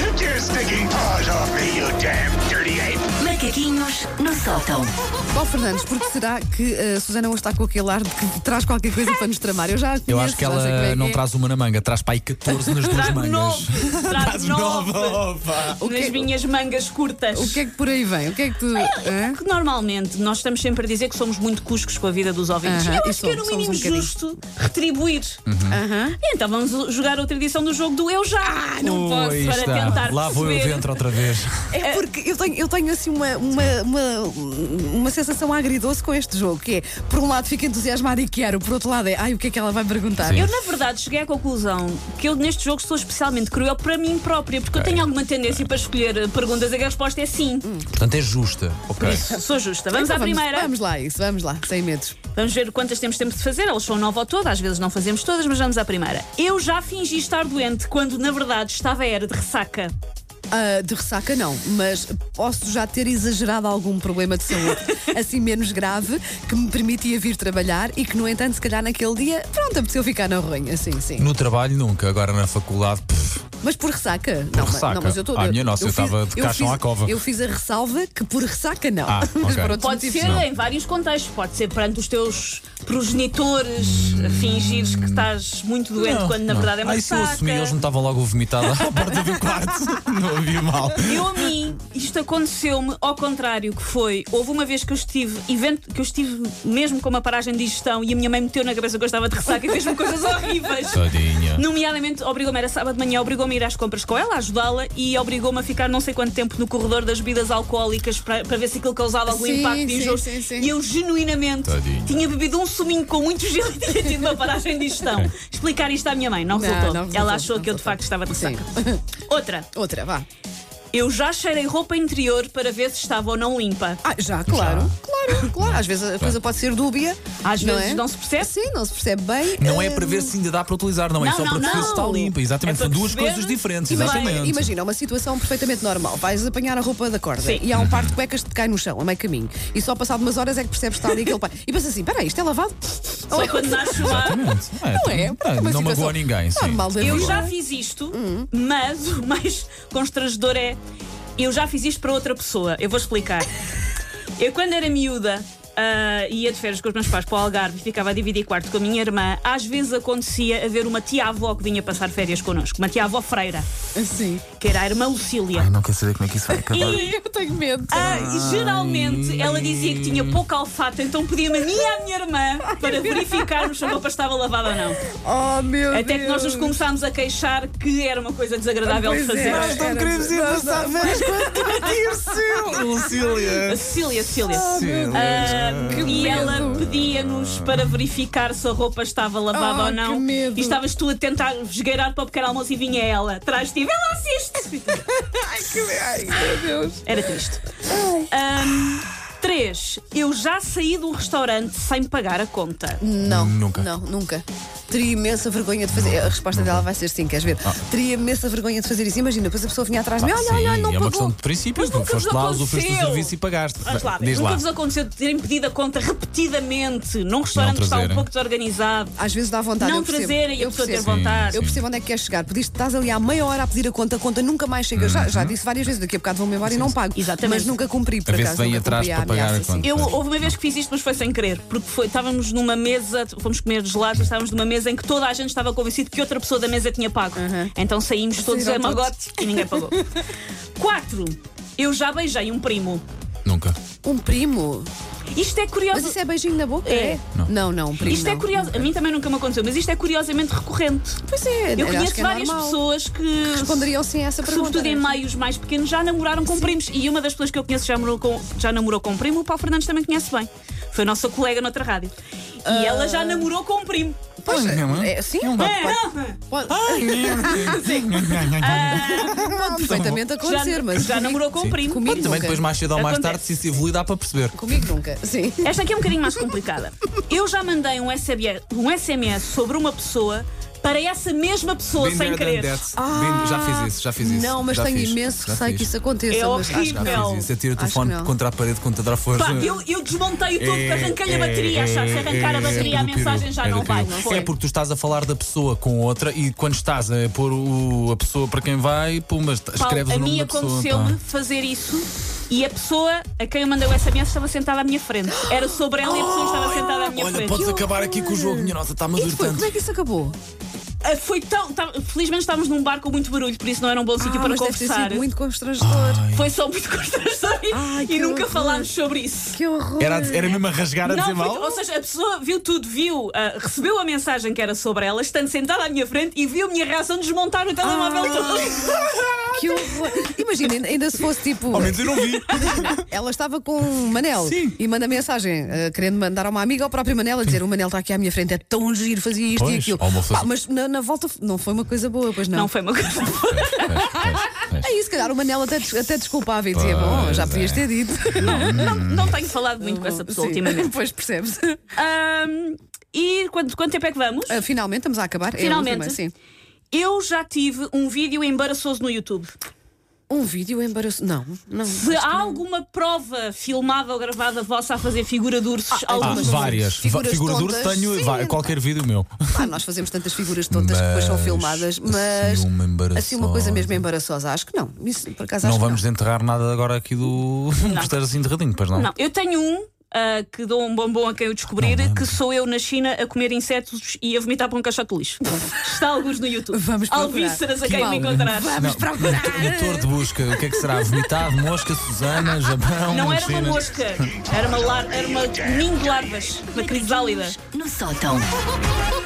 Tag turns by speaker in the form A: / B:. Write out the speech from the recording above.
A: Taking paws off me, you damn dirty ape!
B: Macaquinhos no sótão.
C: Paulo Fernandes, porque será que a Susana hoje está com aquele ar de que traz qualquer coisa para nos tramar? Eu já a
D: Eu
C: conheço,
D: acho que
C: já sei como é
D: ela
C: que
D: não
C: é.
D: traz uma na manga, traz para aí 14 nas duas
E: Trago
D: mangas.
E: nove, trago nove
D: opa!
C: O que,
E: nas minhas mangas curtas.
C: o que é que por aí vem? O que é que tu. hã?
E: Que normalmente nós estamos sempre a dizer que somos muito cuscos com a vida dos ouvintes.
C: Aham,
E: Eu
C: e
E: acho que era
C: somos,
E: um
C: somos
E: mínimo
C: um bocadinho. Uhum.
E: justo retribuir.
C: Aham. Ah,
E: Então vamos jogar outra edição do jogo do Eu Já. não posso
D: Ui,
E: para
D: está.
E: tentar
D: Lá vou eu
E: perceber.
D: dentro outra vez.
C: É porque eu tenho, eu tenho assim uma, uma, uma, uma sensação agridoce com este jogo, que é, por um lado fico entusiasmada e quero, por outro lado é, ai, o que é que ela vai perguntar?
E: Eu, na verdade, cheguei à conclusão que eu neste jogo sou especialmente cruel para mim própria, porque eu tenho alguma tendência para escolher eh, perguntas em que a resposta é sim.
D: Portanto, é justa. Ok.
E: Sou justa. Vamos
C: Hum. Então
E: à primeira.
C: Vamos lá, a isso, vamos lá, sem medos.
E: Vamos ver quantas temos tempo de fazer. Elas são nove ao todo, às vezes não fazemos todas, mas vamos à primeira. Eu já fingi estar doente quando na verdade estava era de ressaca.
C: Ah, de ressaca, não, mas posso já ter exagerado algum problema de saúde, assim menos grave, que me permitia vir trabalhar e que, no entanto, se calhar naquele dia, pronto, apeteceu ficar na ruinha, sim, sim.
D: No trabalho, nunca. Agora na faculdade, pff,
C: Mas por ressaca? não, mas-
D: ressaca.
C: não, mas eu estou.
D: Ah, minha nossa, eu estava de caixão
C: fiz,
D: à cova.
C: Eu fiz a ressalva que por ressaca não.
D: Ah,
C: mas
D: ok.
C: por outros
E: Pode
C: motivos,
E: ser
C: não.
E: em vários contextos. Pode ser perante os teus progenitores, fingires que estás muito doente
D: não,
E: quando na
D: não.
E: verdade é uma
D: Aí se eu
E: ressaca.
D: assumi, eles me estavam logo vomitados à porta do quarto. Não havia mal.
E: Eu a mim, isto aconteceu-me ao contrário que foi. Houve uma vez que eu estive, evento, que eu estive mesmo com uma paragem de digestão e a minha mãe meteu na cabeça que eu estava de ressaca e fez-me coisas horríveis.
D: Tadinha.
E: Nomeadamente, obrigou-me, era sábado de manhã, obrigou-me a ir às compras com ela, a ajudá-la e obrigou-me a ficar não sei quanto tempo no corredor das bebidas alcoólicas para, para ver se aquilo causava algum
C: Sim,
E: impacto
C: sim,
E: e injusto.
C: sim, sim.
E: E eu genuinamente
D: Tadinho.
E: tinha bebido um suminho com muito gelo e tinha tido uma paragem de digestão. Explicar isto à minha mãe, não,
C: Não,
E: resultou.
C: não resultou,
E: ela achou
C: não
E: que eu de
C: resultou.
E: facto estava de
C: Sim.
E: ressaca. Outra,
C: Outra, vá.
E: eu já cheirei roupa interior para ver se estava ou não limpa.
C: Ah, já, claro. Claro, claro. Às vezes a coisa pode ser dúbia.
E: Às
C: não
E: vezes
C: é?
E: não se percebe.
C: Sim, não se percebe bem.
D: Não é
C: Ah,
D: para ver se ainda dá para utilizar, não é
E: hum. Não,
D: só
E: não,
D: para perceber
E: não.
D: se está limpa.
E: É
D: Exatamente,
E: para
D: são duas
E: perceber.
D: coisas diferentes.
C: Imagina,
D: exatamente.
C: imagina uma situação perfeitamente normal. Vais apanhar a roupa da corda
E: Sim. Uhum.
C: e há um par de cuecas que te cai no chão, a meio caminho. E só passado umas horas é que percebes que está ali aquele par. E pensas assim: peraí, isto é lavado?
E: Só quando nasce o ar.
D: Exatamente.
C: Não é?
D: Não,
C: É uma
D: não magoou
C: situação
D: ninguém. Sim.
C: normal da
E: Eu
C: vida.
E: já fiz isto, mas o mais constrangedor é eu já fiz isto para outra pessoa. Eu vou explicar. Eu, quando era miúda, ah, ia de férias com os meus pais para o Algarve e ficava a dividir quarto com a minha irmã. Às vezes acontecia haver uma tia-avó que vinha passar férias connosco, uma tia-avó freira,
C: Sim.
E: que era a irmã Lucília.
F: Não quer saber como é que isso vai acabar.
E: E
C: Assim. Eu tenho medo.
E: ah, geralmente ela dizia que tinha pouco olfato, então pedia-me a mim e à minha irmã para verificarmos se a roupa estava lavada ou não.
C: Oh, meu
E: Até que nós nos começámos a queixar que era uma coisa desagradável
C: é.
E: de fazer.
C: não queremos ir passar
E: A Cecília, Cecília. Ah, e
C: medo.
E: ela pedia-nos para verificar se a roupa estava lavada
C: Ah,
E: ou não.
C: que medo.
E: E estavas tu a tentar esgueirar para o pequeno almoço e vinha ela. Traz te ela assiste. Era triste. Ahm, três. Eu já saí de um restaurante sem pagar a conta.
C: Não,
D: Nunca.
C: Não, nunca. Teria imensa vergonha de fazer. A resposta dela vai ser sim, queres ver?
E: Ah.
C: Teria imensa vergonha de fazer isso. Imagina, depois a pessoa vinha atrás de mim, olha,
D: Sim,
C: olha, olha, não
D: é uma
C: pagou.
D: questão de princípios.
E: Mas
D: Não
E: nunca
D: foste
E: vos
D: lá, usufruíste do
E: aconteceu.
D: serviço e pagaste.
E: Vamos lá,
D: Diz
E: nunca
D: lá.
E: é vos aconteceu de terem pedido a conta repetidamente num restaurante que está um
D: trazerem.
E: pouco desorganizado.
C: Às vezes dá vontade
E: não
C: Tá, eu percebo.
E: trazerem e a
C: eu
E: pessoa ter
C: percebo.
E: vontade.
C: Eu percebo onde é que queres chegar. Pediste, estás ali há meia hora a pedir a conta, a conta nunca mais chega. Eu Já, já disse várias vezes, daqui a bocado vou-me embora e não pago.
E: Exatamente.
C: Mas nunca cumpri, por
D: A ver se
C: acaso.
D: vem
C: nunca
D: atrás
C: cumpri
D: para pagar a
C: ameaça, sim.
D: conta.
E: Eu
D: Portanto.
E: houve uma vez que fiz isto, mas foi sem querer, porque foi- estávamos numa mesa, fomos comer gelados, estávamos numa mesa em que toda a gente estava convencido que outra pessoa da mesa tinha pago. Então saímos todos a
C: Saíram todos.
E: magote e ninguém pagou. Quatro. Eu já beijei um primo.
D: Nunca.
C: Um primo?
E: Isto é curioso.
C: Mas isso é beijinho na boca?
E: É.
D: Não.
C: Não, não, um primo.
E: Isto é
C: não.
E: curioso. A mim também nunca me aconteceu, mas isto é curiosamente recorrente.
C: Pois é,
E: Eu
C: acho
E: conheço
C: que é
E: várias
C: normal.
E: pessoas que.
C: Responderiam sim a essa
E: que,
C: pergunta.
E: sobretudo em
C: não é?
E: meios mais pequenos, já namoraram com primos. E uma das pessoas que eu conheço já namorou com, já namorou com um primo, o Paulo Fernandes também conhece bem. Foi nossa colega noutra rádio. E ela já namorou com um primo.
C: Pois
D: Ah, não
C: é, sim,
D: Não
E: É,
D: dá.
C: Pode, pode perfeitamente
E: já,
C: acontecer, mas.
E: já namorou com um primo.
C: comigo
D: Também
C: nunca.
D: depois, mais cedo ou mais
E: Acontece.
D: tarde, se isso evoluir, dá para perceber.
C: Comigo nunca, sim.
E: Esta aqui é um bocadinho mais complicada. Eu já mandei um SMS, um SMS sobre uma pessoa para essa mesma pessoa
D: Been
E: sem
D: there,
E: querer. Ah.
D: done that. Been- já fiz isso, já fiz isso.
C: Ah, Não, mas
D: já
C: tenho
D: fiz,
C: imenso
D: já
C: receio
D: fiz.
C: que isso aconteça.
E: É
C: mas-
E: horrível.
D: Já
E: Não.
D: fiz isso. Atira
C: Acho
D: o
C: que
D: telefone
C: não.
D: contra a parede com toda a força. É,
E: Pá, eu, eu desmontei tudo, porque arranquei-lhe a bateria, achar se arrancar a bateria a
D: do
E: mensagem
D: peru,
E: já
D: é do
E: não vai.
D: peru.
E: Foi.
D: É porque tu estás a falar da pessoa com outra e quando estás a pôr o- a pessoa para quem vai, puma,
E: Paulo,
D: escreves
E: a
D: o nome
E: mim
D: da pessoa.
E: aconteceu-me fazer isso e a pessoa a quem eu mandei o SMS estava sentada à minha frente. Era sobre ela e a pessoa estava sentada à minha
D: Oh! Olha,
E: frente.
D: podes acabar aqui com o jogo, minha nossa, está-me a
C: E
D: doer
C: depois,
D: tanto.
C: como é que isso acabou?
E: Ah, Foi tão. tá- felizmente estávamos num bar com muito barulho, por isso não era um bom sítio
C: Ah,
E: para
C: mas deve ter
E: conversar.
C: sido muito constrangedor.
E: Foi só muito constrangedor
C: Ai,
E: e
C: que
E: nunca
C: horror.
E: falámos sobre isso.
C: Que horror.
D: Era, era mesmo a rasgar a dizer
E: Não, foi-
D: mal?
E: ou seja, a pessoa viu tudo, viu, ah, recebeu a mensagem que era sobre ela, estando sentada à minha frente e viu a minha reação de desmontar o telemóvel
C: Ah.
E: todo.
C: Que horror. Imagina, ainda- ainda se fosse tipo.
D: Ao menos eu não vi.
C: Ela estava com o Manel
D: Sim.
C: e manda mensagem, eh, querendo mandar a uma amiga ao próprio Manel a dizer: O Manel está aqui à minha frente, é tão giro, fazia isto e
D: Pois, assim.
C: aquilo.
D: ou uma coisa-
C: Pá, mas na, na volta f- não foi uma coisa boa, pois não.
E: Não foi uma coisa.
C: Aí, se calhar, o Manel até, des- até desculpava e dizia: Bom, já
D: Pois
C: podias
D: é.
C: ter dito.
E: Não, não tenho falado muito com essa pessoa
C: Sim.
E: ultimamente.
C: Pois percebes.
E: Ahm, e quanto, quanto tempo é que vamos?
C: Ah, Finalmente estamos a acabar. É a
E: Finalmente.
C: última, sim.
E: Eu já tive um vídeo embaraçoso no YouTube.
C: Um vídeo embaraçoso. Não, não.
E: Se há alguma prova filmada ou gravada vossa a fazer figura de ursos,
C: então
D: Ah,
E: algumas
D: várias.
C: Figuras
D: Va- Figura de urso
C: tontas,
D: tenho
C: sim.
E: então.
D: vai, qualquer vídeo meu.
C: Pá, Ah, nós fazemos tantas figuras tontas que depois são
D: Mas,
C: filmadas,
D: assim,
C: mas.
D: uma embaraçosa.
C: assim, uma coisa mesmo embaraçosa. Acho que não. Isso, por acaso,
D: Não
C: acho
D: vamos
C: que
D: enterrar nada agora aqui do. Gostar assim de radinho, pois não?
E: Não, eu tenho um ah, que dou um bombom a quem eu descobrir,
D: Não lembro.
E: que sou eu na China a comer insetos e a vomitar para um caixote de lixo. Está alguns no YouTube.
C: Vamos procurar.
E: Alvíceras a quem
C: Paulo,
E: me encontrar.
C: Vamos procurar.
D: Motor de busca, o que é que será? Vomitado, mosca, Susana, Japão.
E: Não era uma
D: China.
E: mosca, era uma, lar, era uma ninho de larvas, uma crisálida.
B: No sótão.
C: não.